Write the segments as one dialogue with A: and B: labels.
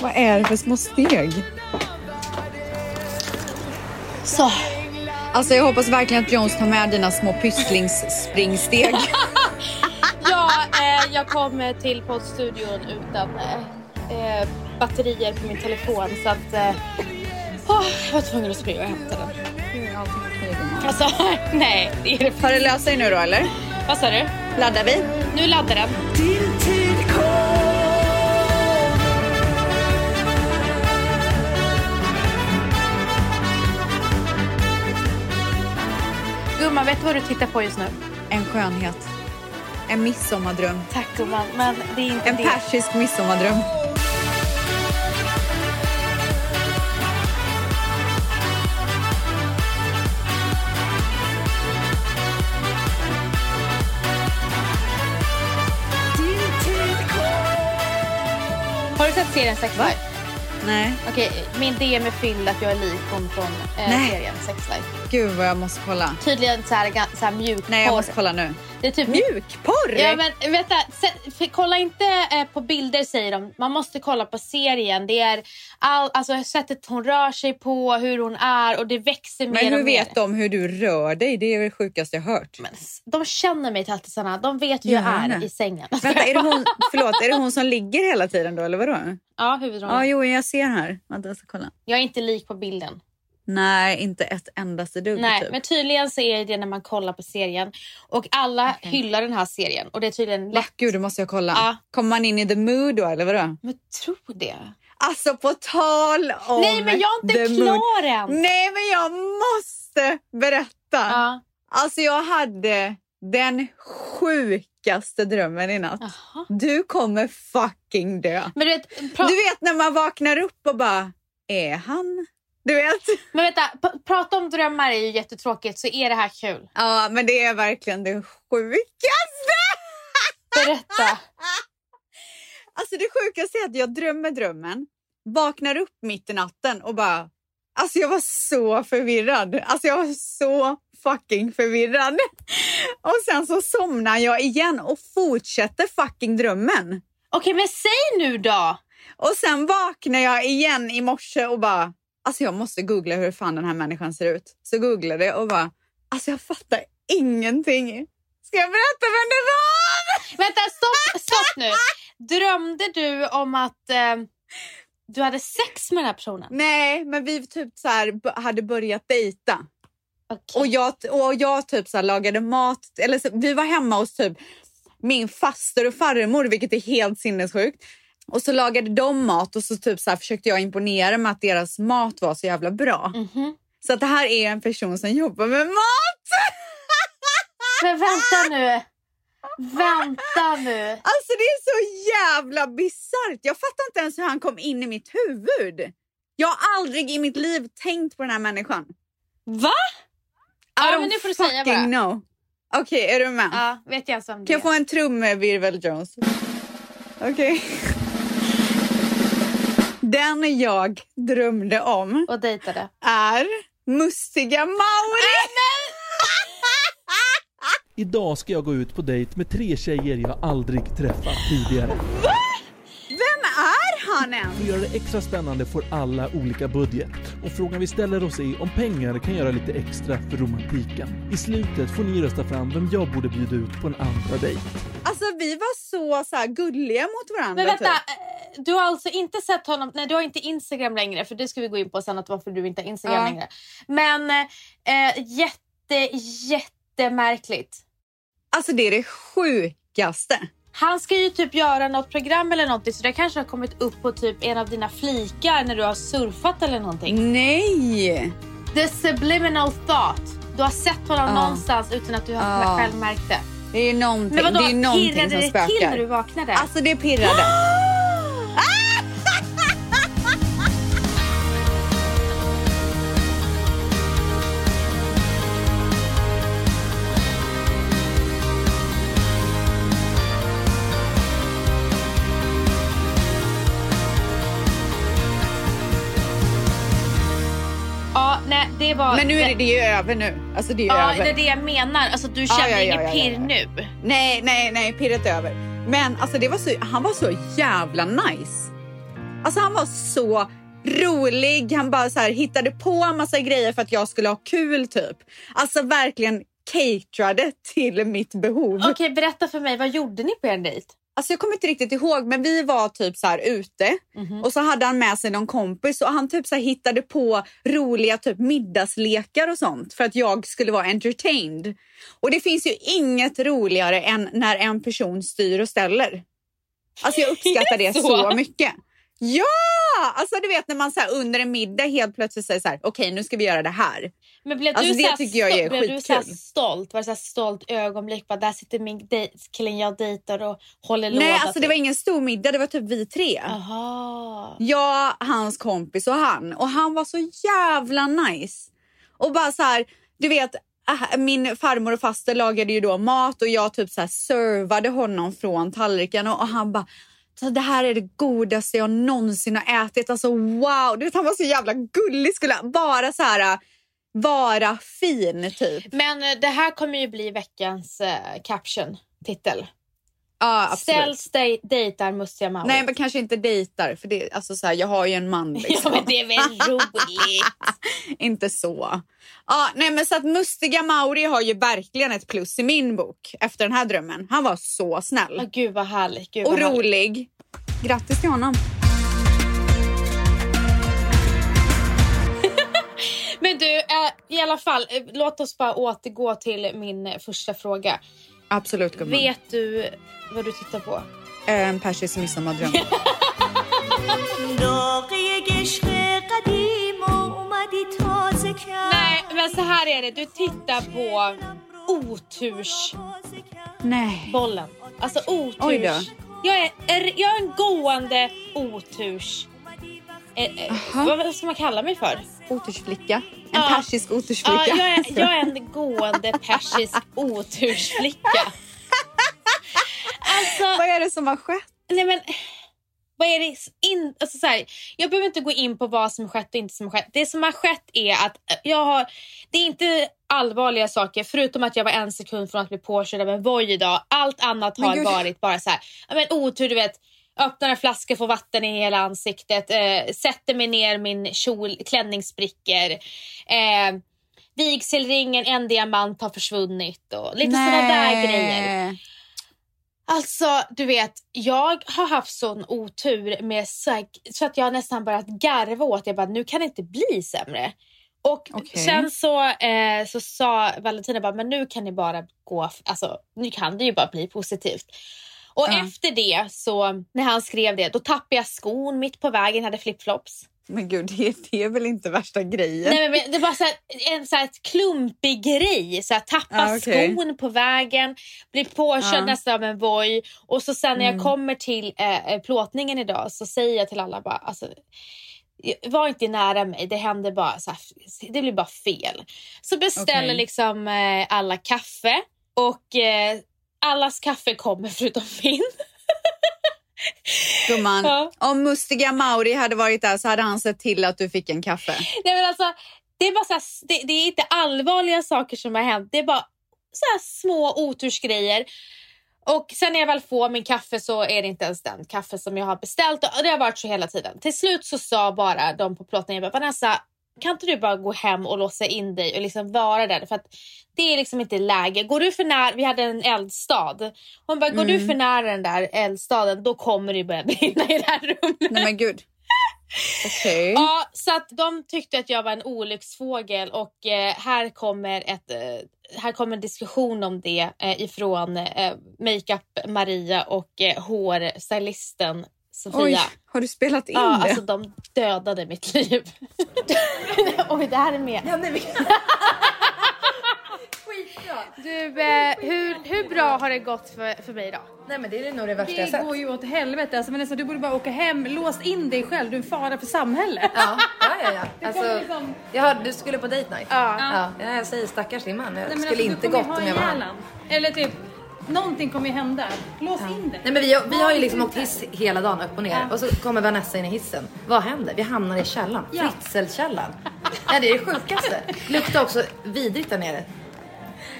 A: Vad är det för små steg? Så. Alltså jag hoppas verkligen att Jones tar med dina små pysslingsspringsteg.
B: Ja, eh, jag kommer till poddstudion utan eh, eh, batterier på min telefon så att eh, åh, jag var tvungen att springa och hämta den. Alltså, nej, det är det.
A: Har det löst sig nu då eller?
B: Vad sa du?
A: Laddar vi?
B: Nu laddar den.
C: Din tid kom
B: Gumman, vet du vad du tittar på just nu?
A: En skönhet. En midsommardröm.
B: Tack gumman, men det är inte
A: En
B: det.
A: persisk midsommardröm.
C: Din tid kom
B: Har du sett serien Sex Life?
A: Nej,
B: Okej, min DM är fylld att jag är lik hon från eh,
A: Nej.
B: serien Sex Life.
A: gud vad jag måste kolla.
B: Tydligen så här, ga- så här mjuk
A: Nej, jag
B: porr.
A: måste kolla nu.
B: Det är typ
A: Mjukporr?
B: Ja, men vänta. Se, för, kolla inte eh, på bilder säger de. Man måste kolla på serien. Det är all, alltså, sättet hon rör sig på, hur hon är och det växer mer
A: Men hur
B: och mer.
A: vet de hur du rör dig? Det är det sjukaste jag hört.
B: Men s- De känner mig tattisarna. De vet hur jag
A: Gärna.
B: är i sängen.
A: Vänta, är det hon, förlåt, är det hon som ligger hela tiden då eller vadå? Ja,
B: ja, huvudrollen.
A: ah, jo, jag ser här. Vänta, jag ska kolla.
B: Jag är inte lik på bilden.
A: Nej, inte ett endaste dugg
B: Nej,
A: typ.
B: men tydligen så är det när man kollar på serien. Och alla hyllar den här serien. Och det är tydligen
A: Va?
B: lätt.
A: Gud, det måste jag kolla.
B: Ja.
A: Kommer man in i the mood då eller vadå?
B: Men tro det.
A: Alltså på tal om
B: Nej, men jag är
A: the
B: inte
A: mood.
B: klar än.
A: Nej, men jag måste berätta.
B: Ja.
A: Alltså jag hade den sjukaste drömmen i natt.
B: Jaha.
A: Du kommer fucking dö.
B: Men du vet, pra-
A: Du vet när man vaknar upp och bara, är han? Du vet?
B: Men vänta, p- prata om drömmar är ju jättetråkigt så är det här kul.
A: Ja, men det är verkligen det sjukaste! Ah,
B: Berätta.
A: Alltså det sjukaste är att jag drömmer drömmen, vaknar upp mitt i natten och bara... Alltså jag var så förvirrad. Alltså jag var så fucking förvirrad. Och sen så somnar jag igen och fortsätter fucking drömmen.
B: Okej men säg nu då.
A: Och sen vaknar jag igen i morse och bara, alltså jag måste googla hur fan den här människan ser ut. Så googlade jag och bara, alltså jag fattar ingenting. Ska jag berätta vem det var?
B: Vänta stopp, stopp nu. Drömde du om att eh, du hade sex med den här personen?
A: Nej, men vi typ så här b- hade börjat dejta.
B: Okej.
A: Och jag, och jag typ så här lagade mat. Eller så, vi var hemma hos typ min faster och farmor, vilket är helt sinnessjukt. Och så lagade de mat och så typ så här försökte jag imponera med att deras mat var så jävla bra.
B: Mhm.
A: Så att det här är en person som jobbar med mat!
B: Men vänta nu. Vänta nu.
A: Alltså det är så jävla bisarrt. Jag fattar inte ens hur han kom in i mitt huvud. Jag har aldrig i mitt liv tänkt på den här människan.
B: Va?
A: I
B: Ja,
A: don't
B: men nu får du säga
A: fucking
B: bara.
A: know. Okej, är du med?
B: Ja, vet jag ens vem det
A: Kan
B: är.
A: jag få en trumvirvel Jones? Okej. Den jag drömde om
B: Och dejtade.
A: är Mustiga
B: Äh,
A: Mauri.
D: Idag ska jag gå ut på dejt med tre tjejer jag aldrig träffat tidigare.
A: Vem är han ens?
D: För att göra det extra spännande får alla olika budget. Och frågan vi ställer oss är om pengar kan göra lite extra för romantiken. I slutet får ni rösta fram vem jag borde bjuda ut på en andra dejt.
A: Alltså vi var så, så här, gulliga mot varandra.
B: Men vänta,
A: typ.
B: eh, du har alltså inte sett honom... Nej, du har inte Instagram längre. För det ska vi gå in på sen, att varför du inte har Instagram
A: Ja.
B: längre. Men eh, eh, jätte, jättemärkligt.
A: Alltså det är det sjukaste.
B: Han ska ju typ göra något program eller någonting så det kanske har kommit upp på typ en av dina flikar när du har surfat eller någonting.
A: Nej!
B: The subliminal thought. Du har sett honom
A: Ja.
B: någonstans utan att du har
A: Ja.
B: själv märkt det.
A: Det är ju någonting,
B: Men vadå,
A: det är ju någonting
B: pirrade
A: som
B: det till när du
A: spökar.
B: vaknade?
A: Alltså det pirrade.
B: ja, nej, det var...
A: Men nu är det, det är ju över nu. Alltså det är ju
B: Ja,
A: över.
B: det är det jag menar. Alltså, du
A: Ja,
B: kände
A: ja, ja,
B: inget
A: ja, ja,
B: pirr
A: ja.
B: nu.
A: Nej, nej, nej, pirret är över. Men alltså, det var så, han var så jävla nice. Alltså han var så rolig. Han bara så här, hittade på en massa grejer för att jag skulle ha kul typ. Alltså verkligen caterade till mitt behov.
B: Okej, berätta för mig. Vad gjorde ni på er dejt?
A: Alltså jag kommer inte riktigt ihåg, men vi var typ så här ute
B: Mhm.
A: och så hade han med sig någon kompis och han typ så här hittade på roliga typ middagslekar och sånt för att jag skulle vara entertained. Och det finns ju inget roligare än när en person styr och ställer. Alltså jag uppskattar det
B: Så?
A: så. mycket. Ja! Alltså du vet när man så här under en middag helt plötsligt säger så här, okej nu ska vi göra det här.
B: Men blev
A: Alltså,
B: du
A: det
B: såhär
A: tycker jag är
B: stolt- blev du såhär
A: skitkul.
B: stolt? Var det såhär stolt ögonblick? Bara, där sitter min dej- killen jag dejtar och håller låda.
A: Nej, alltså det
B: typ.
A: var ingen stor middag, det var typ vi tre.
B: Aha.
A: Jag, hans kompis och han. Och han var så jävla nice. Och bara så här, du vet, äh, min farmor och faster lagade ju då mat och jag typ så här servade honom från tallriken och, och han bara så det här är det godaste jag någonsin har ätit. Alltså wow! Du vet, han var så jävla gullig. Skulle bara så här äh, vara fin typ.
B: Men eh, det här kommer ju bli veckans eh, caption, titel.
A: Ja, absolut.
B: Ställs dej- dejtar mustiga mammor.
A: Nej, men kanske inte dejtar. För det, alltså så här, jag har ju en man liksom.
B: ja, men det är väl roligt?
A: Inte så. Ja, nej, men så att Mustiga Mauri har ju verkligen ett plus i min bok efter den här drömmen. Han var så snäll
B: Oh, gud vad härligt. Gud,
A: och
B: vad härligt.
A: rolig. Grattis till honom.
B: Men du, eh, i alla fall, eh, låt oss bara återgå till min eh, första fråga.
A: Absolut, gumman.
B: Vet du vad du tittar på?
A: En persisk midsommardröm.
C: داغی عشق قدیم اومدی تازه کرد
B: Nej, men så här är det. Du tittar på otursbollen.
A: nej.
B: Alltså
A: Oj
B: oturs...
A: då.
B: Jag är, är, jag är en gående oturs... Eh, eh,
A: Aha.
B: vad ska man kalla mig för?
A: Otursflicka. En
B: Ja.
A: persisk otursflicka.
B: Ja, jag, är, jag är en gående persisk otursflicka. Alltså,
A: Vad är det som har skett?
B: nej men... Vad är det s- in, alltså så här, jag behöver inte gå in på vad som har skett och inte som har skett. Det som har skett är att jag har... Det är inte allvarliga saker förutom att jag var en sekund från att bli påkörd av en Voi idag. Allt annat
A: Men
B: har
A: gud.
B: varit bara så här, ja, men otur du vet. Öppnar en flaska, får vatten i hela ansiktet. Eh, sätter mig ner, min kjol, klänning spricker. Eh, vigselringen, en diamant har försvunnit och lite sådana där grejer. Alltså, du vet, jag har haft sån otur med så, här, så att jag har nästan börjat garva åt Jag bara, nu kan det inte bli sämre. Och
A: Okej.
B: sen så, eh, så sa Valentina bara, men nu kan det bara gå, alltså nu kan det ju bara bli positivt. Och
A: Ja.
B: efter det, så när han skrev det, då tappade jag skon mitt på vägen, hade flipflops.
A: Men gud, det, det är väl inte värsta grejen?
B: Nej, men, men det var så här, en så här klumpig grej. Så här, tappa
A: Ja, Ah, okej.
B: skon på vägen, bli påkörd
A: Ja.
B: nästan av en voj. Och så sen när jag
A: Mm.
B: kommer till eh, eh, plåtningen idag så säger jag till alla bara... Alltså, var inte nära mig, det händer bara så här, det blir bara fel. Så beställer
A: Okej.
B: liksom eh, alla kaffe och eh, allas kaffe kommer förutom min.
A: Gumman,
B: Ja.
A: om Mustiga Mauri hade varit där så hade han sett till att du fick en kaffe.
B: Nej, men alltså, det, är bara så här, det, det är inte allvarliga saker som har hänt. Det är bara så här små otursgrejer. Och sen när jag väl får min kaffe så är det inte ens den kaffe som jag har beställt. Och det har varit så hela tiden. Till slut så sa bara de på plåtningen, jag bara, Vanessa, kan inte du bara gå hem och låsa in dig och liksom vara där? För att det är liksom inte läge. Går du för nära, vi hade en eldstad. Hon bara, går du
A: Mm.
B: för nära den där eldstaden då kommer det börja brinna i det här rummet.
A: Nej men gud. Okej.
B: Ja, så att de tyckte att jag var en olycksfågel och eh, här kommer ett eh, här kommer en diskussion om det eh, ifrån eh, Makeup Maria och eh, hårstylisten Sofia.
A: Oj, har du spelat in
B: ja,
A: det?
B: alltså de dödade mitt liv. Oj, det här är med.
E: Ja, nej, men... Skitbra!
B: Du, eh, hur, hur bra har det gått för, för mig idag?
E: Nej men det är nog det värsta jag
F: Det
E: sett.
F: går ju åt helvete. Alltså, men alltså, du borde bara åka hem, lås in dig själv. Du är en fara för samhället.
E: Ja, ja, ja. ja.
F: kommer
E: Alltså,
F: liksom-
E: jag hörde, du skulle på date night.
B: Ja.
E: ja. ja jag säger stackars din man. Jag
F: Nej, men
E: skulle
F: alltså, du
E: inte
F: kommer ju
E: gått
F: ha
E: om jag var
F: ihjäl
E: han.
F: han. Eller typ, någonting kommer ju hända. Lås in dig.
E: Nej men vi, har- vi har ju liksom åkt hiss hela dagen upp och ner och så kommer Vanessa in i hissen. Vad händer? Vi hamnar i källaren. Fritzelkällan. Ja, det är det sjukaste. Luktar också vidrigt där nere.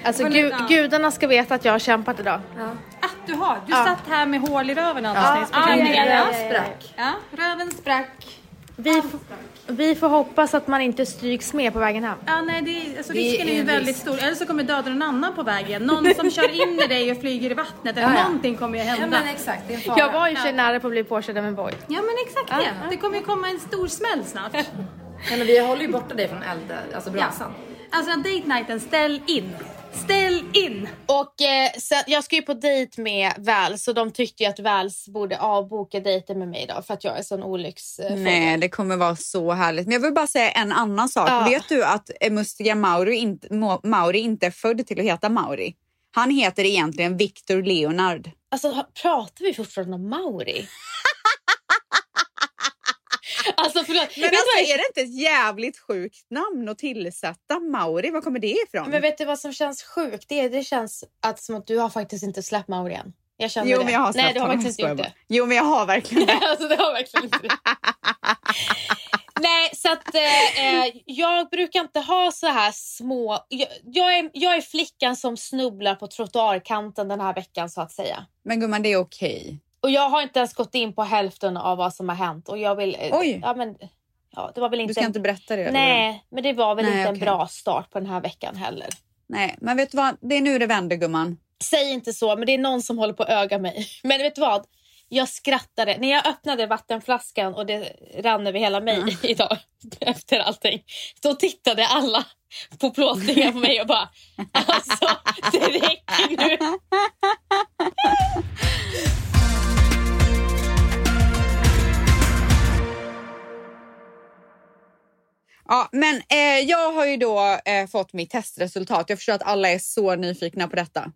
B: Alltså gud, gudarna ska veta att jag har kämpat idag.
F: Att du har. Du
A: Ja.
F: satt här med hål i röven alltså. alldeles
E: Ja,
F: nyss.
B: ja,
E: min
B: ja, ja,
E: röv
B: ja, ja.
E: sprack.
F: Ja, röven sprack.
G: Vi, f- vi får hoppas att man inte stryks med på vägen hem.
F: Ja, nej, det, alltså,
E: Det
F: risken är,
E: är
F: ju
E: en
F: väldigt
E: risk.
F: stor. Eller så kommer döda någon annan på vägen. Någon som kör in i dig och flyger i vattnet. Eller
E: Ja, ja.
F: någonting kommer ju
E: Ja,
F: hända.
E: men exakt, det är en fara.
G: Jag var ju så nära på att bli påkörd av en boj.
F: Ja, men exakt det. Det kommer ju komma en stor smäll snart.
E: Nej, men vi håller ju borta dig från eld, alltså brasan.
F: Alltså date nighten, ställ in. Ställ in!
B: Och eh, sen, jag ska ju på dejt med Väls så de tyckte ju att Väls borde avboka dejten med mig idag för att jag är sån eh, olycksfågel.
A: Nej, det kommer vara så härligt. Men jag vill bara säga en annan sak.
B: Ja.
A: Vet du att eh, Mustiga Mauri inte, Mo- Mauri inte är född till att heta Mauri? Han heter egentligen Victor Leonard.
B: Alltså ha- pratar vi fortfarande om Mauri? alltså förlåt.
A: Men
B: vet du vad
A: alltså,
B: jag-
A: är det inte ett jävligt sjukt namn att tillsätta Mauri? Var kommer det ifrån?
B: Men vet du vad som känns sjukt? Det, är- det känns att, som att du har faktiskt inte släppt Mauri än. Jag känner
A: jo,
B: det.
A: men jag har
B: Nej,
A: släppt
B: du har
A: honom.
B: faktiskt
A: Skojar
B: inte gjort det.
A: bara. Jo, men jag har verkligen det.
B: alltså, det har verkligen inte det. Nej, så att eh, eh, jag brukar inte ha så här små... Jag, jag, är, jag är flickan som snubblar på trottoarkanten den här veckan så att säga.
A: Men gumman, det är okej.
B: Och jag har inte ens gått in på hälften av vad som har hänt. Och jag vill... eh,
A: Oj.
B: Ja, men, ja, det var väl inte
A: Du ska
B: en-
A: inte berätta det? eller?
B: Nej, men det var väl
A: Nej,
B: inte en
A: okej.
B: bra start på den här veckan heller.
A: Nej, men vet du vad? Det är nu det vänder, gumman.
B: Säg inte så, men det är någon som håller på att öga mig. Men vet du vad? Jag skrattade. När jag öppnade vattenflaskan och det rann över hela mig idag efter allting. Då tittade alla på plåtningen på mig och bara alltså det räcker nu.
A: Ja, men eh, jag har ju då eh, fått mitt testresultat. Jag förstår att alla är så nyfikna på detta.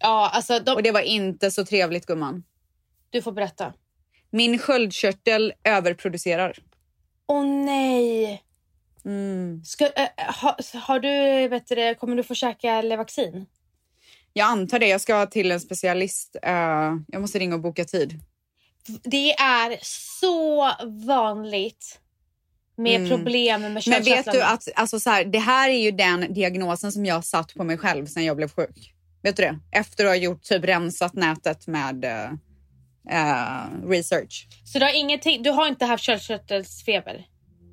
B: Ja, alltså de,
A: Och det var inte så trevligt gumman.
B: du får berätta.
A: Min sköldkörtel överproducerar.
B: Åh nej.
A: Mm.
B: Ska, eh, ha, har du, vet du, det, kommer du få käka Levaxin?
A: Jag antar det. Jag ska till en specialist. Eh, jag måste ringa och boka tid.
B: Det är så vanligt med
A: Mm.
B: problem med
A: Men
B: köttkörtlarna.
A: vet du att alltså så här, det här är ju den diagnosen som jag satt på mig själv sen jag blev sjuk. Vet du det? Efter att ha gjort typ rensat nätet med eh, eh, research.
B: Så du har, ingenting, du har inte haft köldkörtelfeber?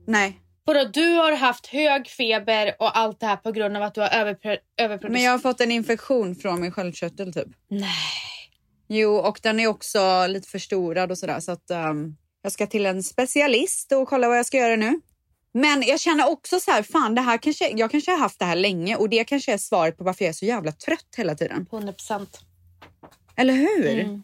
A: Nej,
B: Vadå, du har haft hög feber och allt det här på grund av att du har överpro-
A: men
B: överproducerat?
A: jag har fått en infektion från min sköldkörtel typ.
B: Nej.
A: Jo, och den är också lite förstorad och sådär. Så att ehm, jag ska till en specialist och kolla vad jag ska göra nu. Men jag känner också så här, fan det här kanske, jag kanske har haft det här länge och det kanske är svaret på varför jag är så jävla trött hela tiden.
B: 100 procent.
A: Eller hur?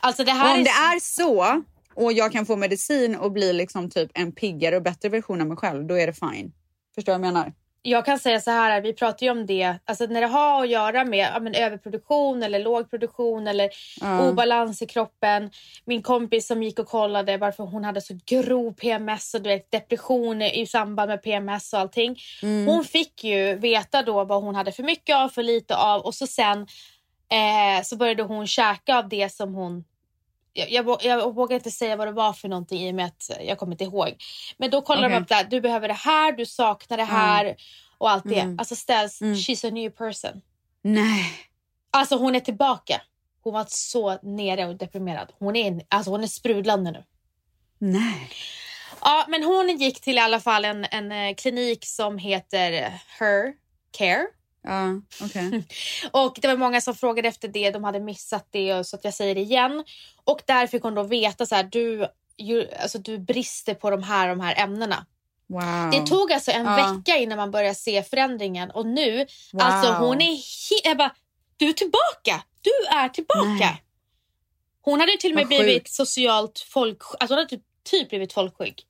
B: Alltså det
A: Och
B: här
A: om
B: är...
A: det är så och jag kan få medicin och bli liksom typ en piggare och bättre version av mig själv, då är det fine. Förstår du vad jag menar?
B: Jag kan säga så här, vi pratar ju om det, alltså när det har att göra med ja, men överproduktion eller låg produktion eller
A: Ja.
B: obalans i kroppen. Min kompis som gick och kollade varför hon hade så grov PMS och du vet, depression i samband med PMS och allting.
A: Mm.
B: Hon fick ju veta då vad hon hade för mycket av, för lite av och så sen eh, så började hon käka av det som hon jag, jag, vå- jag vågar inte säga vad det var för någonting i och med att jag kommer inte ihåg. Men då kollar de
A: Okej.
B: upp det här. Du behöver det här, du saknar det här och allt det.
A: Mm.
B: Alltså ställs,
A: Mm.
B: she's a new person.
A: Nej.
B: Alltså hon är tillbaka. Hon var så nere och deprimerad. Hon är, alltså, hon är sprudlande nu.
A: Nej.
B: Ja, men hon gick till i alla fall en, en eh, klinik som heter eh, Her Care.
A: Ja, okej.
B: Och det var många som frågade efter det. De hade missat det och- så att jag säger det igen. Och där fick hon då veta så här, du, ju, alltså, du brister på de här, de här ämnena.
A: Wow.
B: Det tog alltså en
A: Ja.
B: vecka innan man började se förändringen och nu,
A: Wow.
B: alltså hon är he- jag bara, du är tillbaka! Du är tillbaka!
A: Nej.
B: Hon hade ju till och med
A: Vad sjukt.
B: blivit socialt folk, alltså hon hade typ, typ blivit folksjuk.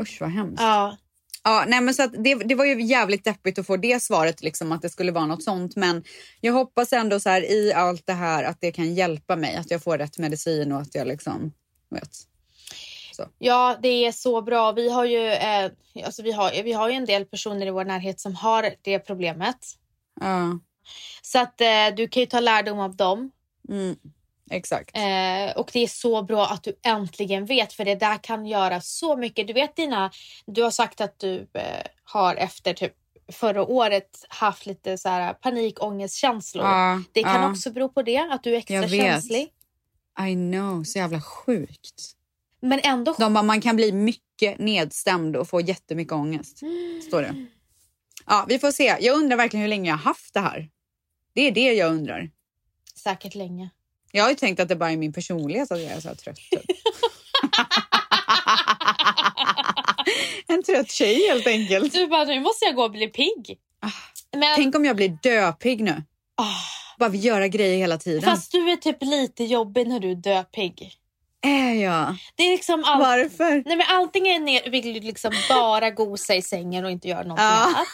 A: Usch, vad hemskt.
B: Ja.
A: Ja, nej, men så att det, det var ju jävligt deppigt att få det svaret, liksom, att det skulle vara något sånt. Men jag hoppas ändå så här, i allt det här att det kan hjälpa mig, att jag får rätt medicin och att jag liksom... Vet.
B: ja, det är så bra. Vi har ju, eh, alltså vi har, vi har ju en del personer i vår närhet som har det problemet.
A: Ja,
B: Så att eh, du kan ju ta lärdom av dem.
A: mm, exakt.
B: Eh, och det är så bra att du äntligen vet för det där kan göra så mycket. Du vet dina, du har sagt att du eh, har efter typ förra året haft lite så här panikångestkänslor.
A: Ja,
B: Det kan
A: ja.
B: också bero på det, att du är extra
A: Jag vet.
B: känslig.
A: I know, så jävla sjukt.
B: Men ändå
A: De bara, man kan bli mycket nedstämd och få jättemycket ångest. Står det. Ja, vi får se. Jag undrar verkligen hur länge jag har haft det här. Det är det jag undrar.
B: säkert länge.
A: Jag har ju tänkt att det bara är min personlighet att jag är så här trött. Typ. en trött tjej helt enkelt.
B: Du bara, nu måste jag gå och bli pigg. Men,
A: Ah, Tänk om jag blir döpig nu.
B: ah,
A: Bara vill göra grejer hela tiden.
B: fast du är typ lite jobbig när du är döpig.
A: Är jag?
B: Det är liksom allt.
A: Varför?
B: Nej, men allting är ner, vill du liksom bara gosa i sängen och inte göra någonting
A: Ja.
B: annat.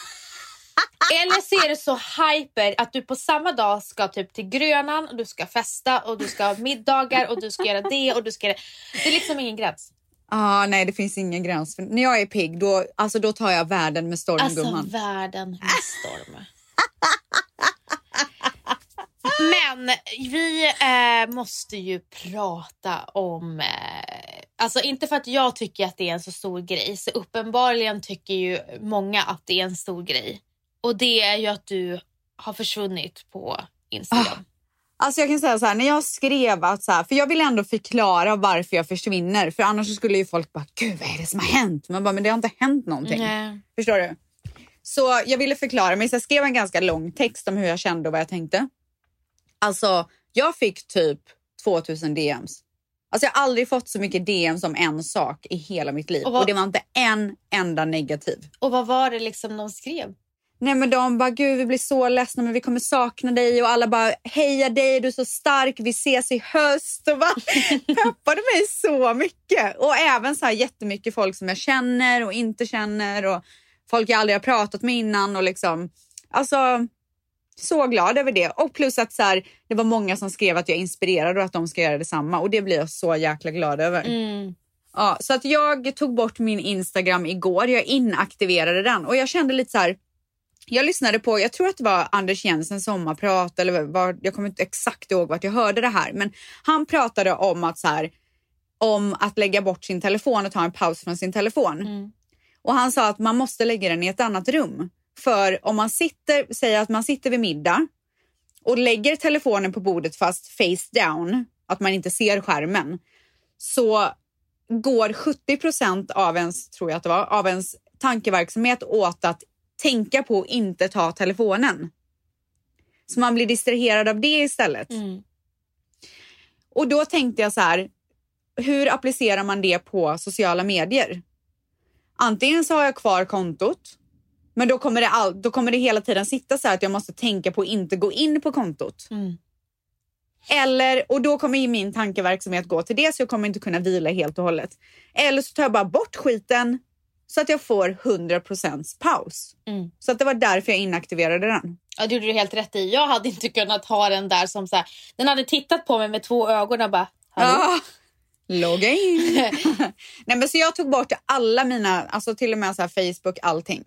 B: Eller så är du så hyper att du på samma dag ska typ till Grönan och du ska festa och du ska ha middagar och du ska göra det och du ska göra det. Det är liksom ingen gräns.
A: Ah, nej, det finns ingen gräns. För när jag är pigg då, alltså, då tar jag världen med storm,
B: Alltså
A: gumman.
B: världen med storm. Men vi eh, måste ju prata om... Eh, alltså inte för att jag tycker att det är en så stor grej. Så uppenbarligen tycker ju många att det är en stor grej. Och det är ju att du har försvunnit på Instagram.
A: Alltså jag kan säga så här, när jag skrev att så här, för jag vill ändå förklara varför jag försvinner för annars så skulle ju folk bara, gud vad är det som har hänt? Man bara, men det har inte hänt någonting.
B: Nej.
A: Förstår du? Så jag ville förklara mig, så jag skrev en ganska lång text om hur jag kände och vad jag tänkte. Alltså, jag fick typ 2000 DMs. Alltså jag har aldrig fått så mycket DMs om en sak i hela mitt liv.
B: Och
A: Och,
B: vad-
A: det var inte en enda negativ.
B: Och vad var det liksom de skrev?
A: Nej men de bara, gud vi blir så ledsna men vi kommer sakna dig och alla bara, heja dig, du är så stark, vi ses i höst och bara peppade mig så mycket. Och även så här jättemycket folk som jag känner och inte känner och folk jag aldrig har pratat med innan och liksom, alltså så glad över det. Och plus att så här, det var många som skrev att jag inspirerade och att de ska göra detsamma och det blir jag så jäkla glad över.
B: Mm.
A: Ja, så att jag tog bort min Instagram igår. Jag inaktiverade den och jag kände lite så här. Jag lyssnade på, jag tror att det var Anders Jensens sommarprat eller var, jag kommer inte exakt ihåg vart jag hörde det här, men han pratade om att så här om att lägga bort sin telefon och ta en paus från sin telefon. Och han sa att man måste lägga den i ett annat rum. För om man sitter, säger att man sitter vid middag och lägger telefonen på bordet fast face down, att man inte ser skärmen, så går 70 procent av ens, tror jag att det var, av ens tankeverksamhet åt att tänka på att inte ta telefonen. Så man blir distraherad av det istället. Och då tänkte jag så här, hur applicerar man det på sociala medier? Antingen så har jag kvar kontot, men då kommer det, all, då kommer det hela tiden sitta så här att jag måste tänka på att inte gå in på kontot.
B: Mm.
A: Eller, och då kommer ju min tankeverksamhet gå till det så jag kommer inte kunna vila helt och hållet. Eller så tar jag bara bort skiten så att jag får 100 paus.
B: Mm.
A: Så att det var därför jag inaktiverade den.
B: Ja, det gjorde du helt rätt i. Jag hade inte kunnat ha den där som så här, den hade tittat på mig med två ögon och bara Hallå?
A: Ah, logga in. Nej, men så jag tog bort alla mina, alltså till och med så här Facebook, allting.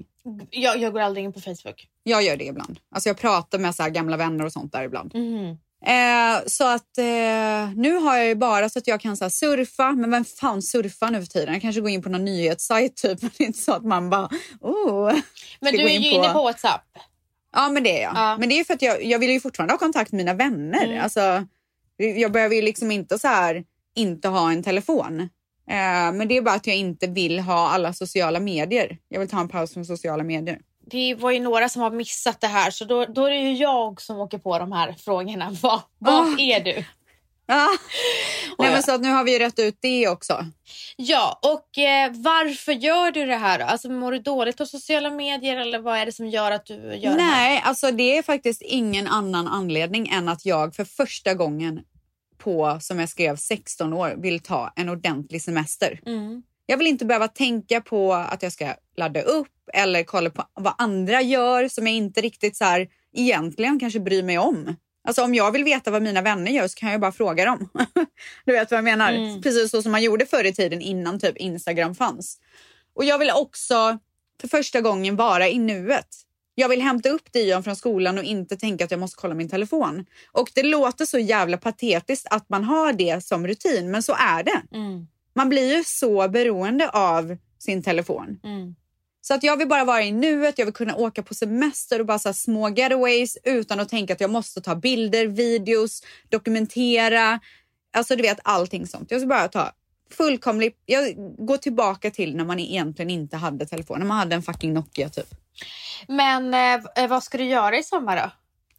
B: Jag, jag går aldrig in på Facebook.
A: Jag gör det ibland. Alltså jag pratar med så här gamla vänner och sånt där ibland.
B: Mm-hmm.
A: Eh, så att eh, nu har jag ju bara så att jag kan så här surfa. Men vem fan surfar nu för tiden? Jag kanske går in på någon nyhetssajt typ. Men det är inte så att man bara... Oh.
B: Men
A: Ska
B: du
A: gå
B: är
A: in
B: ju
A: på-
B: inne på Whatsapp.
A: Ja, men det är jag.
B: Ja. Mm.
A: Men det är ju för att jag, jag vill ju fortfarande ha kontakt med mina vänner. Alltså, jag behöver ju liksom inte så här inte ha en telefon. Eh, men det är bara att jag inte vill ha alla sociala medier. Jag vill ta en paus från sociala medier.
B: Det var ju några som har missat det här så då, då är det ju jag som åker på de här frågorna. Var, var
A: Ah.
B: är du?
A: Ah. Nej,
B: ja.
A: men så att nu har vi ju rätt ut det också.
B: Ja, och eh, varför gör du det här? då? Alltså, mår du dåligt av sociala medier eller vad är det som gör att du gör det här?
A: Nej, alltså det är faktiskt ingen annan anledning än att jag för första gången på, som jag skrev, 16 år vill ta en ordentlig semester.
B: Mm.
A: Jag vill inte behöva tänka på att jag ska ladda upp eller kolla på vad andra gör som jag inte riktigt så här, egentligen kanske bryr mig om. Alltså om jag vill veta vad mina vänner gör så kan jag bara fråga dem. du vet vad jag menar? Precis så som man gjorde förr i tiden innan typ Instagram fanns. Och jag vill också för första gången vara i nuet. Jag vill hämta upp Dion från skolan och inte tänka att jag måste kolla min telefon. Och det låter så jävla patetiskt att man har det som rutin, men så
B: mm.
A: är det. Man blir ju så beroende av sin telefon.
B: Mm.
A: Så att jag vill bara vara i nuet, jag vill kunna åka på semester och bara så här små getaways utan att tänka att jag måste ta bilder, videos, dokumentera. Alltså du vet allting sånt. Jag ska bara ta fullkomlig... Jag går tillbaka till när man egentligen inte hade telefon. När man hade en fucking Nokia typ.
B: Men eh, vad ska du göra i sommar då?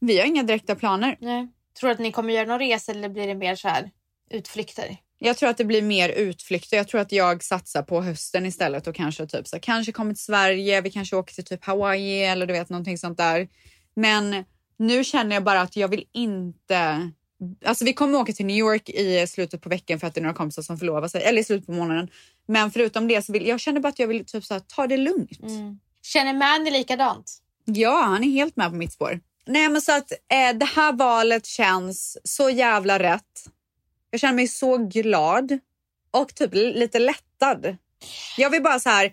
A: Vi har inga direkta planer.
B: Nej. Tror du att ni kommer göra någon resa eller blir det mer så här utflykter?
A: Jag tror att det blir mer utflykter. Jag tror att jag satsar på hösten istället och kanske typ så här, kanske kommer till Sverige. Vi kanske åker till typ Hawaii eller du vet någonting sånt där. Men nu känner jag bara att jag vill inte. Alltså vi kommer åka till New York i slutet på veckan för att det är några kompisar som förlovar sig eller i slutet på månaden. Men förutom det så vill jag känner bara att jag vill typ så här, ta det lugnt.
B: Mm. Känner Manny likadant?
A: Ja, han är helt med på mitt spår. Nej, men så att eh, det här valet känns så jävla rätt. Jag känner mig så glad och typ l- lite lättad. Jag vill bara så här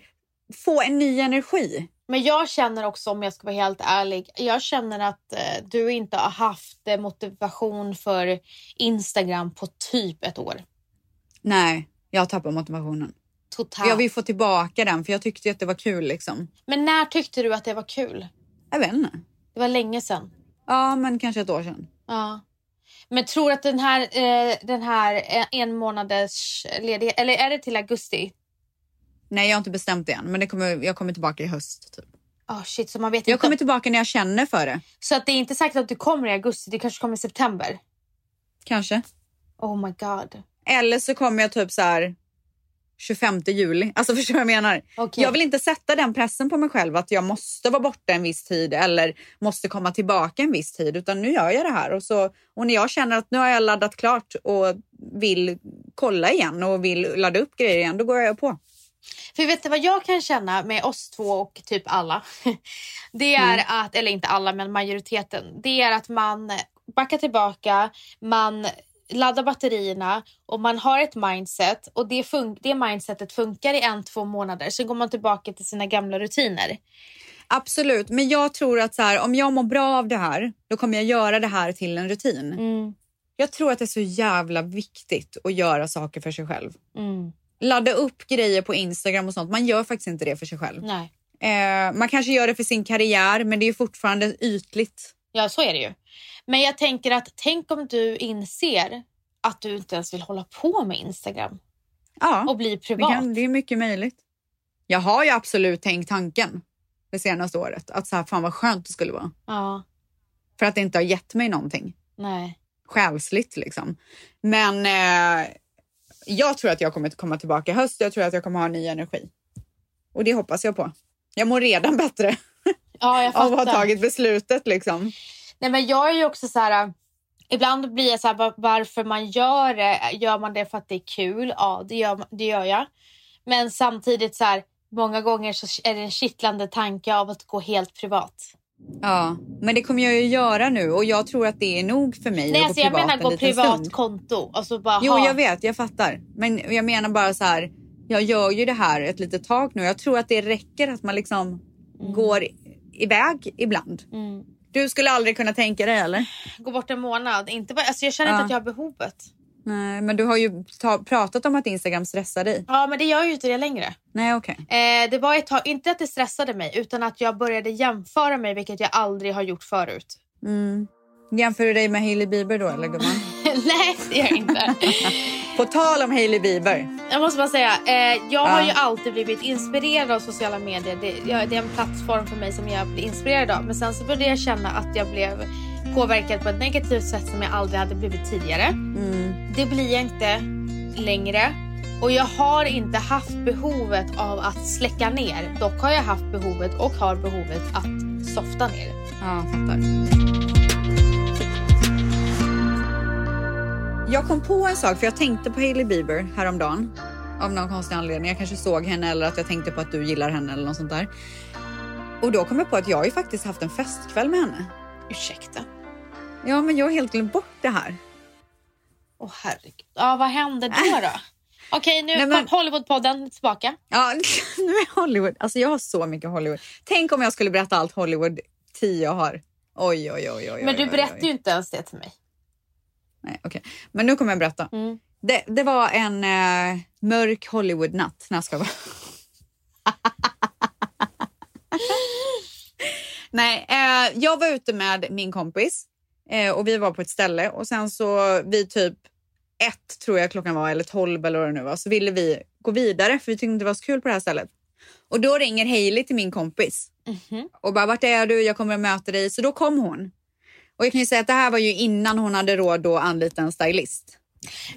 A: få en ny energi.
B: Men jag känner också, om jag ska vara helt ärlig, jag känner att eh, du inte har haft eh, motivation för Instagram på typ ett år.
A: Nej, jag tappar motivationen.
B: Totalt.
A: Jag vill få tillbaka den för jag tyckte ju att det var kul liksom.
B: Men när tyckte du att det var kul?
A: Jag vet inte.
B: Det var länge sedan.
A: Ja, men kanske ett år sedan.
B: Ja. Men tror du att den här, eh, den här eh, en månaders ledighet, eller är det till augusti?
A: Nej, jag har inte bestämt det än, men det kommer, jag kommer tillbaka i höst. Typ.
B: Oh, shit, så man vet
A: Jag
B: inte.
A: kommer tillbaka när jag känner för det.
B: Så att det är inte säkert att du kommer i augusti, du kanske kommer i september.
A: Kanske.
B: Oh my god.
A: Eller så kommer jag typ så här 25 juli. Alltså förstår du vad jag menar?
B: Okej.
A: Jag vill inte sätta den pressen på mig själv att jag måste vara borta en viss tid eller måste komma tillbaka en viss tid. Utan nu gör jag det här. Och, så, och när jag känner att nu har jag laddat klart och vill kolla igen och vill ladda upp grejer igen, då går jag på.
B: För vet du vad jag kan känna med oss två och typ alla? Det är att, eller inte alla men majoriteten, det är att man backar tillbaka, man laddar batterierna och man har ett mindset och det, fun- det mindsetet funkar i en, två månader. Sen går man tillbaka till sina gamla rutiner.
A: Absolut, men jag tror att så här, om jag mår bra av det här, då kommer jag göra det här till en rutin.
B: Mm.
A: Jag tror att det är så jävla viktigt att göra saker för sig själv.
B: Mm.
A: ladda upp grejer på Instagram och sånt. Man gör faktiskt inte det för sig själv.
B: Nej.
A: Eh, man kanske gör det för sin karriär, men det är ju fortfarande ytligt.
B: Ja, så är det ju. Men jag tänker att tänk om du inser att du inte ens vill hålla på med Instagram
A: Ja,
B: och bli
A: det,
B: privat.
A: kan, det är mycket möjligt. Jag har ju absolut tänkt tanken det senaste året att så här, fan vad skönt det skulle vara.
B: Ja,
A: För att det inte har gett mig någonting
B: nej.
A: själsligt liksom. Men eh, jag tror att jag kommer att komma tillbaka i höst. Jag tror att jag kommer ha ny energi. Och det hoppas jag på. Jag mår redan bättre
B: Ja, jag fattar.
A: av att ha tagit beslutet liksom.
B: Nej, men jag är ju också så här... äh, Ibland blir jag så här, va- varför man gör det. Gör man det för att det är kul? Ja, det gör, det gör jag. Men samtidigt så här, många gånger så är det en kittlande tanke av att gå helt privat.
A: Ja, men det kommer jag ju göra nu och jag tror att det är nog för mig
B: Nej,
A: att gå
B: alltså jag
A: privat
B: menar
A: en
B: gå
A: liten
B: privat
A: stund.
B: konto. Alltså bara,
A: Jo,
B: ha-
A: jag vet, jag fattar. Men jag menar bara så här, jag gör ju det här ett litet tag nu. Jag tror att det räcker att man liksom går i- iväg ibland.
B: Mm.
A: Du skulle aldrig kunna tänka dig eller?
B: Gå bort en månad. Inte bara, alltså jag känner
A: Ja.
B: inte att jag har behovet.
A: Nej, men du har ju ta- pratat om att Instagram stressar dig.
B: Ja, men det gör ju inte det längre.
A: Nej, okej.
B: Eh, det var ett tag, inte att det stressade mig, utan att jag började jämföra mig, vilket jag aldrig har gjort förut.
A: Mm. Jämför du dig med Hailey Bieber då eller gumman?
B: Nej, det gör jag inte.
A: På tal om Hailey Bieber.
B: Jag måste bara säga, eh, jag har
A: Ja.
B: ju alltid blivit inspirerad av sociala medier. Det, jag, det är en plattform för mig som jag blir inspirerad av. Men sen så började jag känna att jag blev påverkad på ett negativt sätt som jag aldrig hade blivit tidigare.
A: Mm.
B: Det blir jag inte längre. Och jag har inte haft behovet av att släcka ner. Dock har jag haft behovet och har behovet att softa ner.
A: Ja, fattar. Jag kom på en sak, för jag tänkte på Hailey Bieber häromdagen. Av någon konstig anledning. Jag kanske såg henne eller att jag tänkte på att du gillar henne eller något sånt där. Och då kom jag på att jag har ju faktiskt haft en festkväll med henne.
B: Ursäkta.
A: Ja, men jag har helt glömt bort det här.
B: Åh herregud. Ja, vad händer då då? Okej, nu
A: Nej,
B: kom
A: men-
B: Hollywoodpodden tillbaka.
A: Ja, nu är Hollywood. Alltså jag har så mycket Hollywood. Tänk om jag skulle berätta allt Hollywood 10 jag har. Oj, oj, oj. oj, oj
B: Men du
A: oj,
B: berättar
A: oj.
B: ju inte ens det till mig.
A: Nej, okej. Men nu kommer jag berätta.
B: Mm.
A: Det, det var en eh, mörk Hollywood-natt. Nej, jag skojar bara. Nej, eh, jag var ute med min kompis eh, och vi var på ett ställe och sen så vid typ ett tror jag klockan var eller tolv eller vad det nu var så ville vi gå vidare för vi tyckte det var så kul på det här stället. Och då ringer Hailey till min kompis och bara vart är du? Jag kommer att möta dig. Så då kom hon. Och jag kan ju säga att det här var ju innan hon hade råd då att anlita en stylist.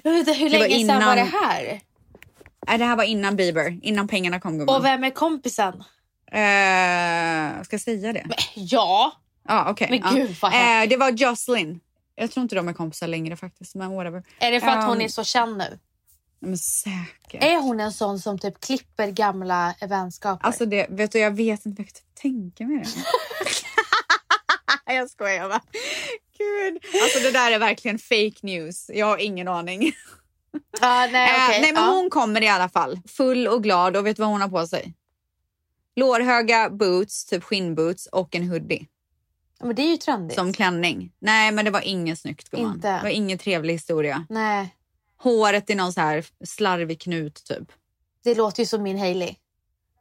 B: Jag vet inte, hur
A: Det var
B: länge sedan
A: innan-
B: var det här?
A: Nej, det här var innan Bieber, innan pengarna kom gumman.
B: Och vem är kompisen?
A: Eh, ska jag säga det?
B: Ja.
A: Ja, okej.
B: Men
A: ja.
B: gud, vad
A: eh, Det var Jocelyn. Jag tror inte de är kompisar längre faktiskt, men whatever.
B: Är det för att hon
A: Ehm.
B: är så känd nu?
A: Men säkert.
B: Är hon en sån som typ klipper gamla vänskaper?
A: Alltså det, vet du, jag vet inte vad jag kan tänka mig det. jag skojar bara. Gud. Alltså det där är verkligen fake news. Jag har ingen aning.
B: Ja, nej,
A: Eh,
B: okej.
A: nej men
B: Ja.
A: hon kommer i alla fall. Full och glad och vet du vad hon har på sig? Lårhöga boots, typ skinnboots och en hoodie
B: Men det är ju trendigt.
A: som klänning. Nej men det var inget snyggt gumman.
B: Inte.
A: Det var ingen trevlig historia.
B: Nej,
A: Håret i någon så här slarvig knut typ.
B: det låter ju som min Hailey.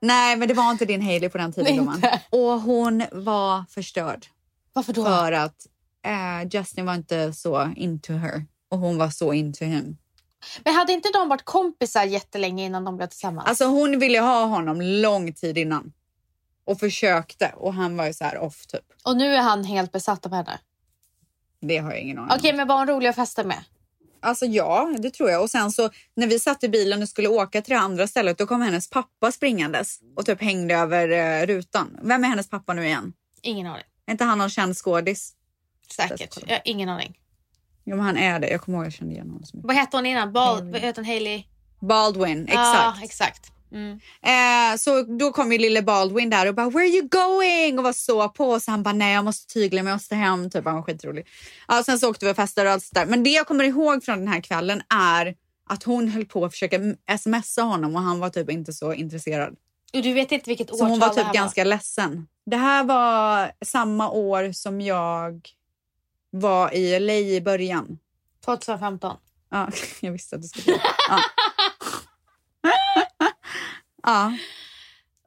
A: Nej, men det var inte din Hailey på den tiden
B: Nej,
A: gumman.
B: inte.
A: Och hon var förstörd
B: Varför då?
A: för att eh, Justin var inte så into her och hon var så into him.
B: Men hade inte de varit kompisar jättelänge innan de blev tillsammans?
A: Alltså hon ville ha honom lång tid innan och försökte och han var ju så här off typ.
B: och nu är han helt besatt av henne.
A: Det har jag ingen aning
B: Okej,
A: om.
B: men var hon rolig att festa med?
A: Alltså ja, det tror jag. Och sen så när vi satt i bilen och skulle åka till det andra stället då kom hennes pappa springandes och typ hängde över eh, rutan. Vem är hennes pappa nu igen?
B: Ingen aning.
A: Är inte han någon känd skådis?
B: Säkert.
A: kolla.
B: Jag har ingen aning.
A: Jo, men han är det. Jag kommer ihåg jag kände igen honom. så mycket.
B: Vad hette hon innan? Bal- vad hette hon Hailey?
A: Baldwin,
B: Ja,
A: exakt.
B: exakt. Mm.
A: Eh, så då kom ju lille Baldwin där och bara “Where are you going?” och var så på. Så han bara “Nej, jag måste tygla mig, jag måste hem”. Typ, han var skitrolig. Ja, sen så åkte vi och festade och allt sånt där. Men det jag kommer ihåg från den här kvällen är att hon höll på att försöka m- smsa honom och han var typ inte så intresserad.
B: Och du vet inte vilket
A: Så
B: årtal
A: hon var
B: det
A: typ
B: här
A: ganska ledsen. Det här var samma år som jag var i LA i början.
B: var? 2015.
A: Ja, jag visste att du skulle... Ja. ja,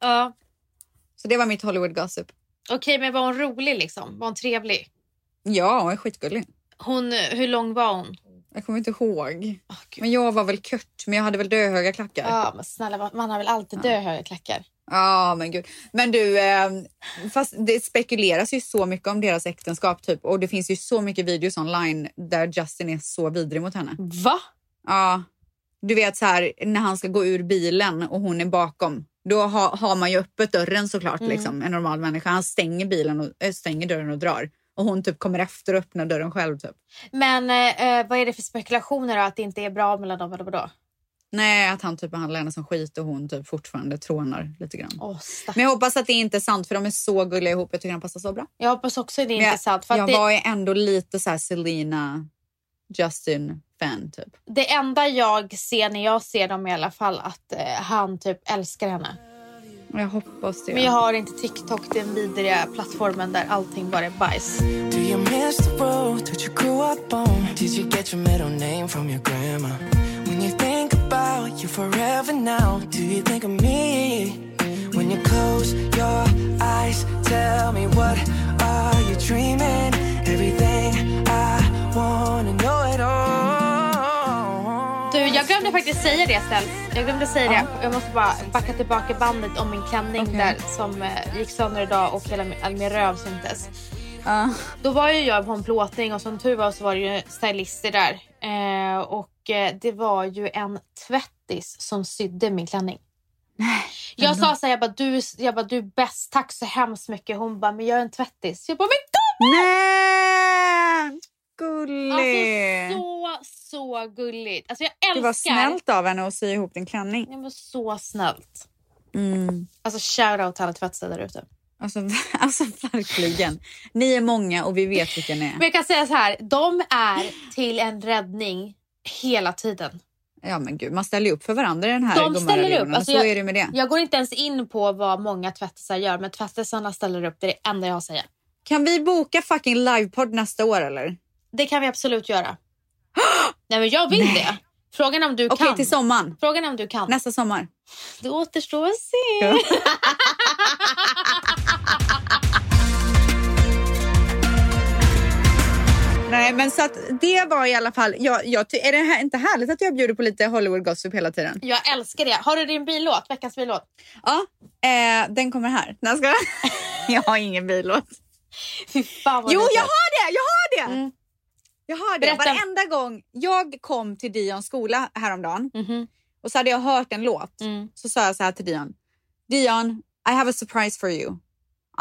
B: Ja.
A: så det var mitt Hollywood Gossip.
B: Okej, men var hon rolig liksom? Var hon trevlig?
A: Ja, hon är skitgullig.
B: Hon, hur lång var hon?
A: Jag kommer inte ihåg.
B: Åh, Gud.
A: Men jag var väl kört, men jag hade väl döhöga klackar. Ja,
B: Ja, men snälla, man har väl alltid döhöga klackar?
A: men gud. Men du, eh, fast det spekuleras ju så mycket om deras äktenskap typ och det finns ju så mycket videos online där Justin är så vidrig mot henne.
B: Va?
A: Ja, du vet så här när han ska gå ur bilen och hon är bakom. Då ha, har man ju öppet dörren såklart,
B: Mm.
A: liksom, en normal människa. Han stänger, bilen och, äh, stänger dörren och drar. Och hon typ kommer efter och öppnar dörren själv. Typ.
B: Men eh, eh, vad är det för spekulationer då? Att det inte är bra mellan dem eller vadå?
A: Nej, att han typ behandlar henne som skit och hon typ fortfarande trånar lite grann.
B: Åh, stack.
A: Men jag hoppas att det inte är sant för de är så gulliga ihop. Jag tycker de passar så bra.
B: Jag hoppas också att det är
A: Men jag-
B: intressant. För att
A: jag
B: det,
A: var ju ändå lite så här Selena Justin fan typ.
B: det enda jag ser när jag ser dem i alla fall att eh, han typ älskar henne.
A: Jag hoppas det.
B: Men jag har inte TikTok, den vidriga plattformen där allting bara är bajs.
H: Do you miss the road that you grew up on? Did you get your middle name from your grandma? When you think about you forever now, do you think of me? When you close your eyes, tell me what are you dreaming? Everything I wanna know it all.
B: Du, jag glömde faktiskt säga det Estelle. Jag glömde säga det. Jag måste bara backa tillbaka bandet om min klänning där som eh, gick sönder idag och hela min, all min röv syntes.
A: Ja.
B: Då var ju jag på en plåtning och som tur var så var det ju stylister där. Eh, och eh, det var ju en tvättis som sydde min klänning. Jag sa så här, jag bara, du, jag bara, du är bäst, tack så hemskt mycket. Hon bara, men jag är en tvättis. Jag bara, men
A: Nej! Gullig!
B: Alltså så, så gulligt. Alltså jag älskar...
A: det var snällt av henne att sy ihop din klänning.
B: Det var så snällt.
A: Mm.
B: Alltså shoutout till alla tvättstäder där ute.
A: Alltså, alltså verkligen. Ni är många och vi vet vilka ni
B: Men
A: är.
B: jag kan säga så här, de är till en räddning hela tiden.
A: Ja men gud, man ställer ju upp för varandra i den här
B: De
A: gummareligionen.
B: ställer upp. Alltså,
A: så
B: jag-
A: är det med det.
B: Jag går inte ens in på vad många tvättisar gör, men tvättisarna ställer upp. Det är det enda jag har att säga.
A: Kan vi boka fucking livepodd nästa år eller?
B: Det kan vi absolut göra. Nej, men jag vill det. Frågan är om du
A: Okej,
B: kan.
A: till sommaren.
B: Frågan är om du kan.
A: Nästa sommar.
B: Det återstår att se.
A: Nej, men så att det var i alla fall... Jag, jag, ty- är det här, inte härligt att jag bjuder på lite Hollywood Gossip hela tiden?
B: Jag älskar det. Har du din billåt? Veckans billåt?
A: Ja, eh, den kommer här. Nej, jag skojar. jag har ingen billåt.
B: Fy fan vad
A: Jo,
B: mysigt.
A: jag har det! Jag har det! Jag har det.
B: Mm. Berätta.
A: Varenda gång jag kom till Dions skola häromdagen
B: Mhm.
A: och så hade jag hört en låt
B: Mm.
A: så sa jag så här till Dion. Dion, I have a surprise for you.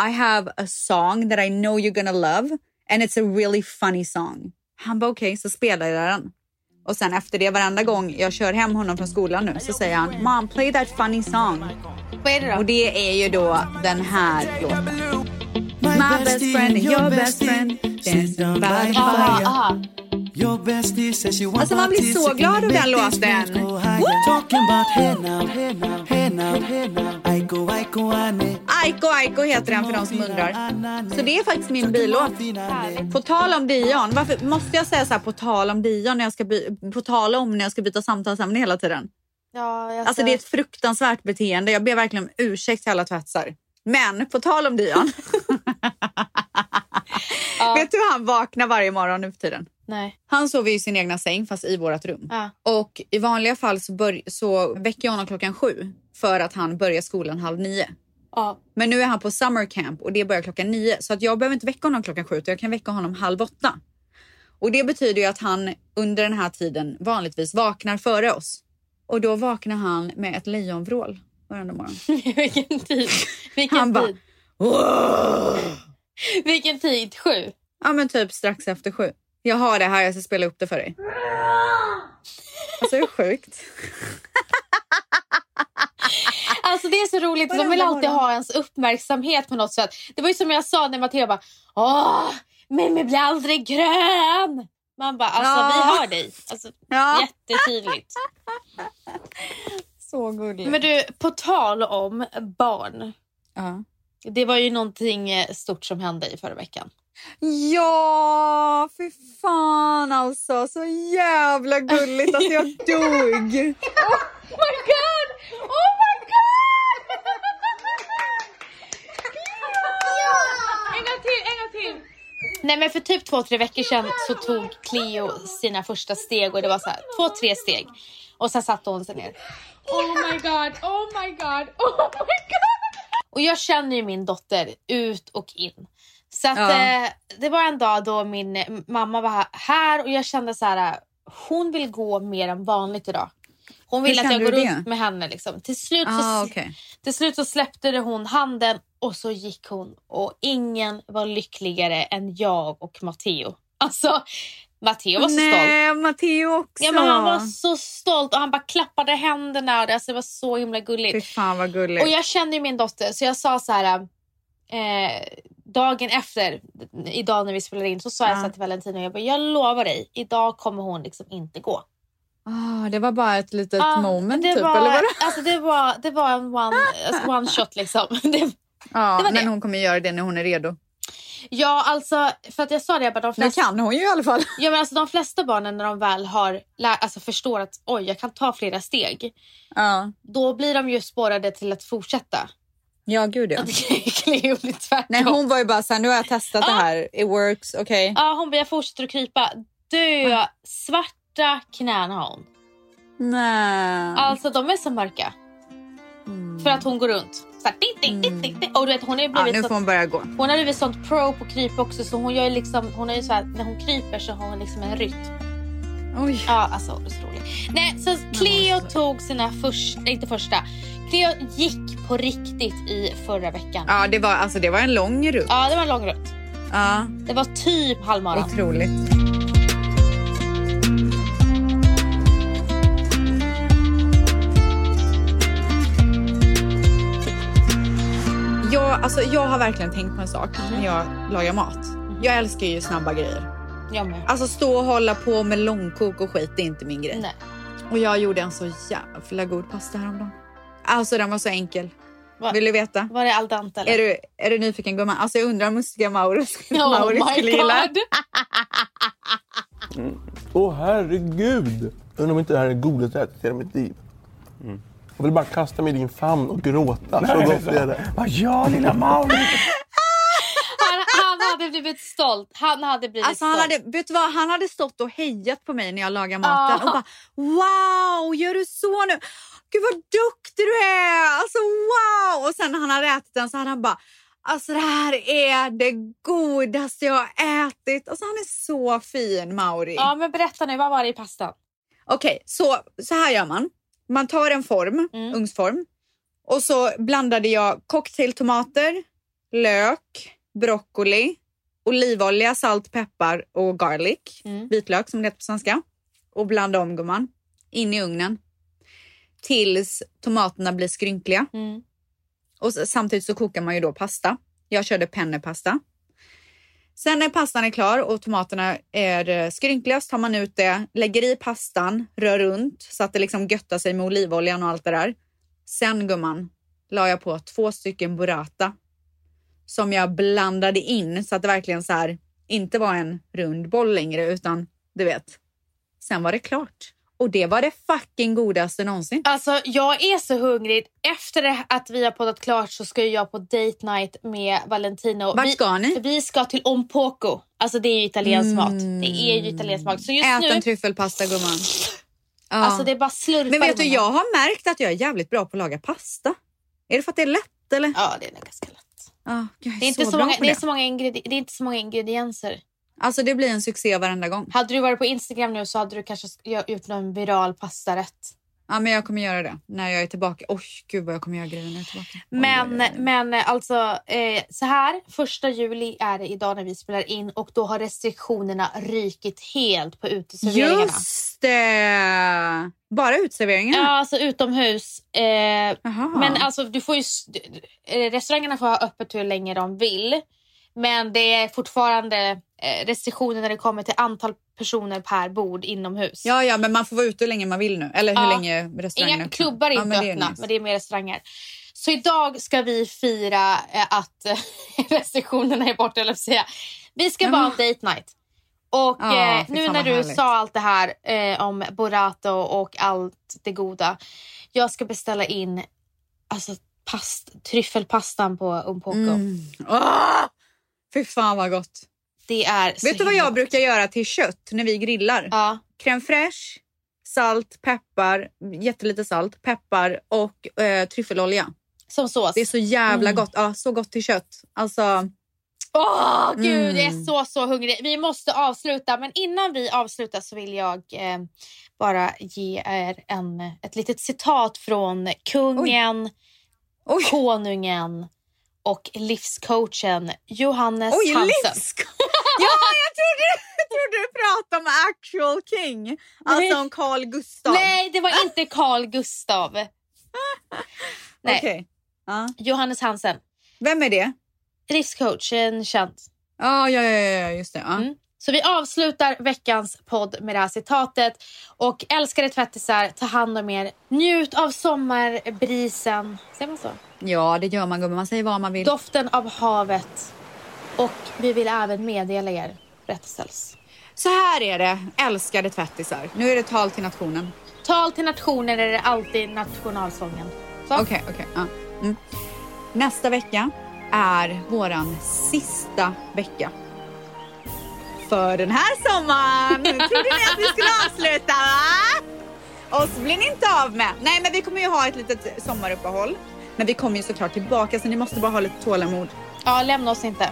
A: I have a song that I know you're gonna love and it's a really funny song. Han bara okej, så spelar jag den. Och sen efter det, varenda gång jag kör hem honom från skolan nu så säger han Mom, play that funny song.
B: Vad är det
A: Och
B: då?
A: det är ju då den här låten. My best friend and your best friend dancing by the
B: Aha,
A: fire
B: aha.
H: Your bestie says you want
A: Alltså, man blir så glad av den låten.
H: Talking about hey now, hey now, hey now, hey now. Aiko, aiko, ane.
A: Aiko Aiko heter den för de som undrar. Så det är faktiskt min billåt. På tal om Dion, varför måste jag säga så här på tal om Dion när jag ska by- på tal om när jag ska byta samtalsämne hela tiden?
B: Ja, jag
A: Alltså det är ett fruktansvärt beteende. Jag ber verkligen om ursäkt till alla tvättisar. Men på tal om Dion.
B: Ja.
A: Vet du hur han vaknar varje morgon nu för tiden?
B: Nej.
A: Han sover i sin egna säng fast i vårt rum.
B: Ja.
A: Och i vanliga fall så, bör- så väcker jag honom klockan sju för att han börjar skolan halv nio.
B: Ja.
A: Men nu är han på summer camp och det börjar klockan nio. Så att jag behöver inte väcka honom klockan sju utan jag kan väcka honom halv åtta. Och det betyder ju att han under den här tiden vanligtvis vaknar före oss. Och då vaknar han med ett lejonvrål varenda morgon.
B: Vilken tid. Vilken
A: Han bara,
B: tid. Vilken tid. Sju.
A: Ja men typ strax efter sju. Jag har det här, jag ska spela upp det för dig. Alltså hur sjukt?
B: Alltså det är så roligt. De vill
A: Varenda
B: alltid
A: morgon.
B: ha ens uppmärksamhet på något sätt. Det var ju som jag sa när Matteo bara Åh, Mimmi blir aldrig grön. Man bara, alltså
A: Ja.
B: vi har dig. Alltså,
A: Ja.
B: Jättetydligt.
A: Så gulligt.
B: Men du, på tal om barn.
A: ja.
B: Det var ju någonting eh, stort som hände i förra veckan.
A: Ja, fy fan alltså. Så jävla gulligt. Alltså jag dog.
B: Oh my god! Oh my god! En gång till, en gång till! Nej men för typ två, tre veckor sedan så tog Cleo sina första steg och det var så här två, tre steg. Och sen satte hon sig ner. Oh my god, oh my god, oh my god! Och jag känner ju min dotter ut och in. Så att,
A: Ja.
B: eh, det var en dag då min eh, mamma var ha- här och jag kände så här, eh, hon vill gå mer än vanligt idag. Hon
A: Hur
B: vill att jag
A: kände
B: går
A: du det?
B: runt med henne. Liksom. Till, slut så,
A: Ah, okej.
B: till slut så släppte det hon handen och så gick hon och ingen var lyckligare än jag och Matteo. Alltså, Matteo var så stolt.
A: Nej, Matteo också.
B: Ja, men han var så stolt och han bara klappade händerna. Och det, alltså, det var så himla gulligt.
A: Fy fan vad gulligt.
B: Och jag känner ju min dotter så jag sa så här. Eh, dagen efter, idag när vi spelade in, så sa jag
A: Ja.
B: så här till Valentino, jag, bara, jag lovar dig, idag kommer hon liksom inte gå.
A: Ah, det var bara ett litet
B: Ja,
A: moment
B: det
A: typ,
B: var,
A: eller vadå?
B: Alltså det, var, det var en one, alltså one shot liksom. Det,
A: Ja,
B: det var
A: men
B: det.
A: hon kommer göra det när hon är redo.
B: ja, alltså för att jag sa det, jag bara, de,
A: Det
B: flesta,
A: kan hon ju i alla fall.
B: ja, men alltså, de flesta barnen när de väl har lär, alltså, förstår att oj, jag kan ta flera steg,
A: Ja,
B: då blir de ju spårade till att fortsätta.
A: ja gud ja.
B: Att Cleo blir tvärtom.
A: Nej, hon var ju bara så här, nu har jag testat det här. It works, okej.
B: Ja, hon bara, jag fortsätter att krypa. Dö, svarta knän har hon.
A: Nej.
B: Alltså de är så mörka. För att hon går runt. Så här, tick, tick, tick, tick, tick. Och du vet, hon, är
A: Mm. Ja,
B: blivit
A: nu
B: så...
A: får hon börja gå.
B: hon har blivit sånt pro på kryp också. Så hon gör ju liksom, hon har ju så här, när hon kryper så har hon liksom en rytm.
A: Oj.
B: Ja, alltså otroligt. Nej, så Cleo tog sina första, inte första. Cleo gick på riktigt i förra veckan. Ja,
A: Ja, det var, alltså, det var en lång rutt.
B: det var en lång rutt.
A: Ja,
B: Det var typ halvmaran.
A: otroligt. Jag, alltså, jag har verkligen tänkt på en sak
B: Mm.
A: när jag lagar mat. Jag älskar ju snabba grejer.
B: Jag med.
A: Alltså stå och hålla på med långkok och skit, det är inte min grej.
B: Nej.
A: Och jag gjorde en så jävla god pasta häromdagen. Alltså den var så enkel.
B: Va-
A: Vill du veta?
B: Var det al dente eller?
A: Är du, är du nyfiken gumman? Alltså jag undrar om mustiga Mauro skulle,
B: Oh
A: Mauro skulle
B: my
A: gilla.
B: god!
I: Åh herregud! Undrar om inte det här är en godheträtt i hela mitt liv. Jag vill bara kasta mig i din famn och gråta. så gott det är det.
B: Han, han hade blivit stolt. Han hade blivit
A: Alltså han
B: stolt.
A: hade, vet du vad, han hade stått och hejat på mig när jag lagade maten
B: Ja.
A: och bara wow, gör du så nu? Gud vad duktig du är! Alltså wow! Och sen när han hade ätit den så hade han bara alltså det här är det godaste jag har ätit. Alltså han är så fin Mauri.
B: Ja, men berätta nu, vad var det i pastan?
A: Okej, så, så här gör man. Man tar en form,
B: Mm.
A: ugnsform och så blandade jag cocktailtomater, lök, broccoli, olivolja, salt, peppar och garlic.
B: Mm.
A: Vitlök som det heter på svenska. Och blanda om gumman. In i ugnen. Tills tomaterna blir skrynkliga.
B: Mm.
A: Och s- samtidigt så kokar man ju då pasta. Jag körde pennepasta. Sen när pastan är klar och tomaterna är eh, skrynkliga så tar man ut det, lägger i pastan, rör runt så att det liksom göttar sig med olivoljan och allt det där. Sen gumman la jag på två stycken burrata som jag blandade in så att det verkligen så här inte var en rund boll längre utan du vet. Sen var det klart och det var det fucking godaste någonsin.
B: Alltså, jag är så hungrig. Efter det- att vi har poddat klart så ska ju jag på date night med Valentino.
A: Vart
B: Vi-
A: ska ni?
B: Vi ska till Ompoko. Alltså det är ju italiensk mat.
A: Mm.
B: Det är ju italiensk mat. Så just
A: Ät en
B: nu,
A: tryffelpasta gumman. Ja.
B: alltså det är bara slurpar.
A: Men vet du,
B: i munnen.
A: jag har märkt att jag är jävligt bra på att laga pasta. Är det för att det är lätt eller?
B: Ja, det är nog ganska lätt.
A: Ja, jag är,
B: Det är, inte
A: så,
B: så
A: bra
B: många,
A: på
B: det.
A: det.
B: är så många ingredi- det är inte så många ingredienser.
A: Alltså det blir en succé varenda gång.
B: Hade du varit på Instagram nu så hade du kanske sk- gö- gjort någon viral pastarätt.
A: Ja, men jag kommer göra det när jag är tillbaka. Oj, gud vad jag kommer göra grejer när jag är tillbaka. Oj,
B: Men,
A: oj, oj.
B: men eh, alltså eh, så här, första juli är det idag när vi spelar in och då har restriktionerna rykit helt på uteserveringarna.
A: Just det! Bara
B: Ja,
A: utserveringarna?
B: alltså utomhus. Eh,
A: Jaha.
B: Men alltså, du får ju, s- du- du- eh, restaurangerna får ha öppet hur länge de vill. Men det är fortfarande eh, restriktioner när det kommer till antal personer per bord inomhus.
A: ja, ja, men man får vara ute hur länge man vill nu. Eller hur
B: Ja.
A: länge restaurangen är
B: Inga
A: öppen.
B: klubbar är
A: Ja,
B: inte
A: men det är
B: öppna,
A: nice.
B: men det är mer restauranger. Så idag ska vi fira eh, att eh, restriktionerna är borta, eller säga. Vi ska
A: Ja,
B: bara ha
A: men-
B: en date night. Och
A: Ja,
B: eh,
A: fy
B: nu
A: fan
B: när
A: vad
B: du
A: härligt.
B: sa allt det här eh, om burrato och allt det goda. Jag ska beställa in alltså, past, tryffelpastan på Umpoko.
A: Mm. Åh! Fy fan vad gott.
B: Det är så
A: Vet du vad
B: himla-
A: jag brukar göra till kött när vi grillar?
B: Ja.
A: crème fraîche, salt, peppar, jättelite salt, peppar och eh, tryffelolja.
B: Som sås.
A: Det är så jävla
B: Mm.
A: gott. Ja, så gott till kött. Alltså,
B: Åh gud,
A: Mm.
B: jag är så så hungrig. Vi måste avsluta, men innan vi avslutar så vill jag eh, bara ge er en, ett litet citat från kungen,
A: oj,
B: konungen och livscoachen Johannes
A: oj,
B: Hansen.
A: livsk! Ja, jag trodde, jag trodde du pratade om actual king. Alltså
B: Nej.
A: om Carl Gustav.
B: Nej, det
A: Ah.
B: var inte Carl Gustav. Nej,
A: Okej. Ja.
B: Johannes Hansen.
A: Vem är det?
B: Livscoachen känd.
A: Ja, ja, ja, ja, just det. Ja.
B: Mm. Så vi avslutar veckans podd med det här citatet. Och älskade tvättisar, ta hand om er. Njut av sommarbrisen. Säger man så?
A: ja, det gör man gumman. Man säger vad man vill.
B: Doften av havet. Och vi vill även meddela er berättelser.
A: Så här är det, älskade tvättisar. Nu är det tal till nationen.
B: Tal till nationer är det alltid nationalsången. Så.
A: Okej, okej. ja. mm. Nästa vecka är våran sista vecka. För den här sommaren. Trodde ni att vi skulle avsluta va? Oss blir ni inte av med. Nej, men vi kommer ju ha ett litet sommaruppehåll. Men vi kommer ju såklart tillbaka så ni måste bara ha lite tålamod.
B: Ja, lämna oss inte.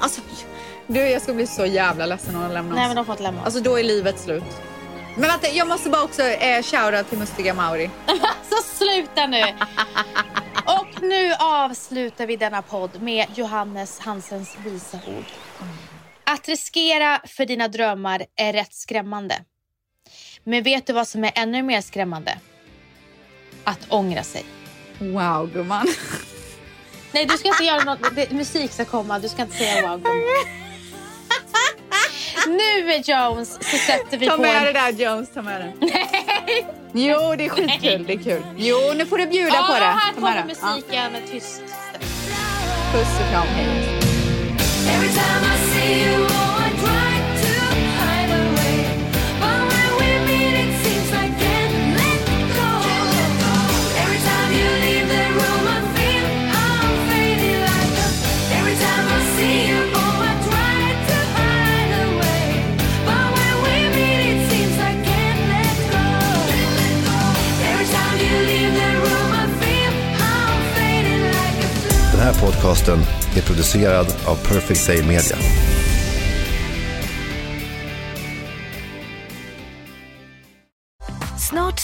A: Alltså, du, jag ska bli så jävla ledsen om de lämnar oss.
B: Nej, men de får inte lämna oss.
A: Alltså, då är livet slut. Men vänta, jag måste bara också eh, shoutout till Mustiga Mauri.
B: Så sluta nu! Och nu avslutar vi denna podd med Johannes Hansens visa ord. Att riskera för dina drömmar är rätt skrämmande. Men vet du vad som är ännu mer skrämmande? Att ångra sig.
A: Wow, gumman.
B: Nej, du ska inte göra något. Det, musik ska komma. Du ska inte säga wow. gumman. Nu Jones så sätter vi
A: Ta
B: på
A: med det
B: en...
A: där Jones, ta med det. Nej! Jo, det är skitkul. Det är kul. Jo, nu får du bjuda
B: Ja,
A: på det.
B: här
A: Ta med
B: kommer
A: det. Ja,
B: musiken. Tyst.
A: Puss och kram, hej.
C: Every time I see you, oh, I try to hide away. But when we meet, it seems I can't let go. Every time you leave the room, I feel I'm fading like a. Every time I see you, oh, I try.
H: podcasten är producerad av Perfect Day Media.
E: Snart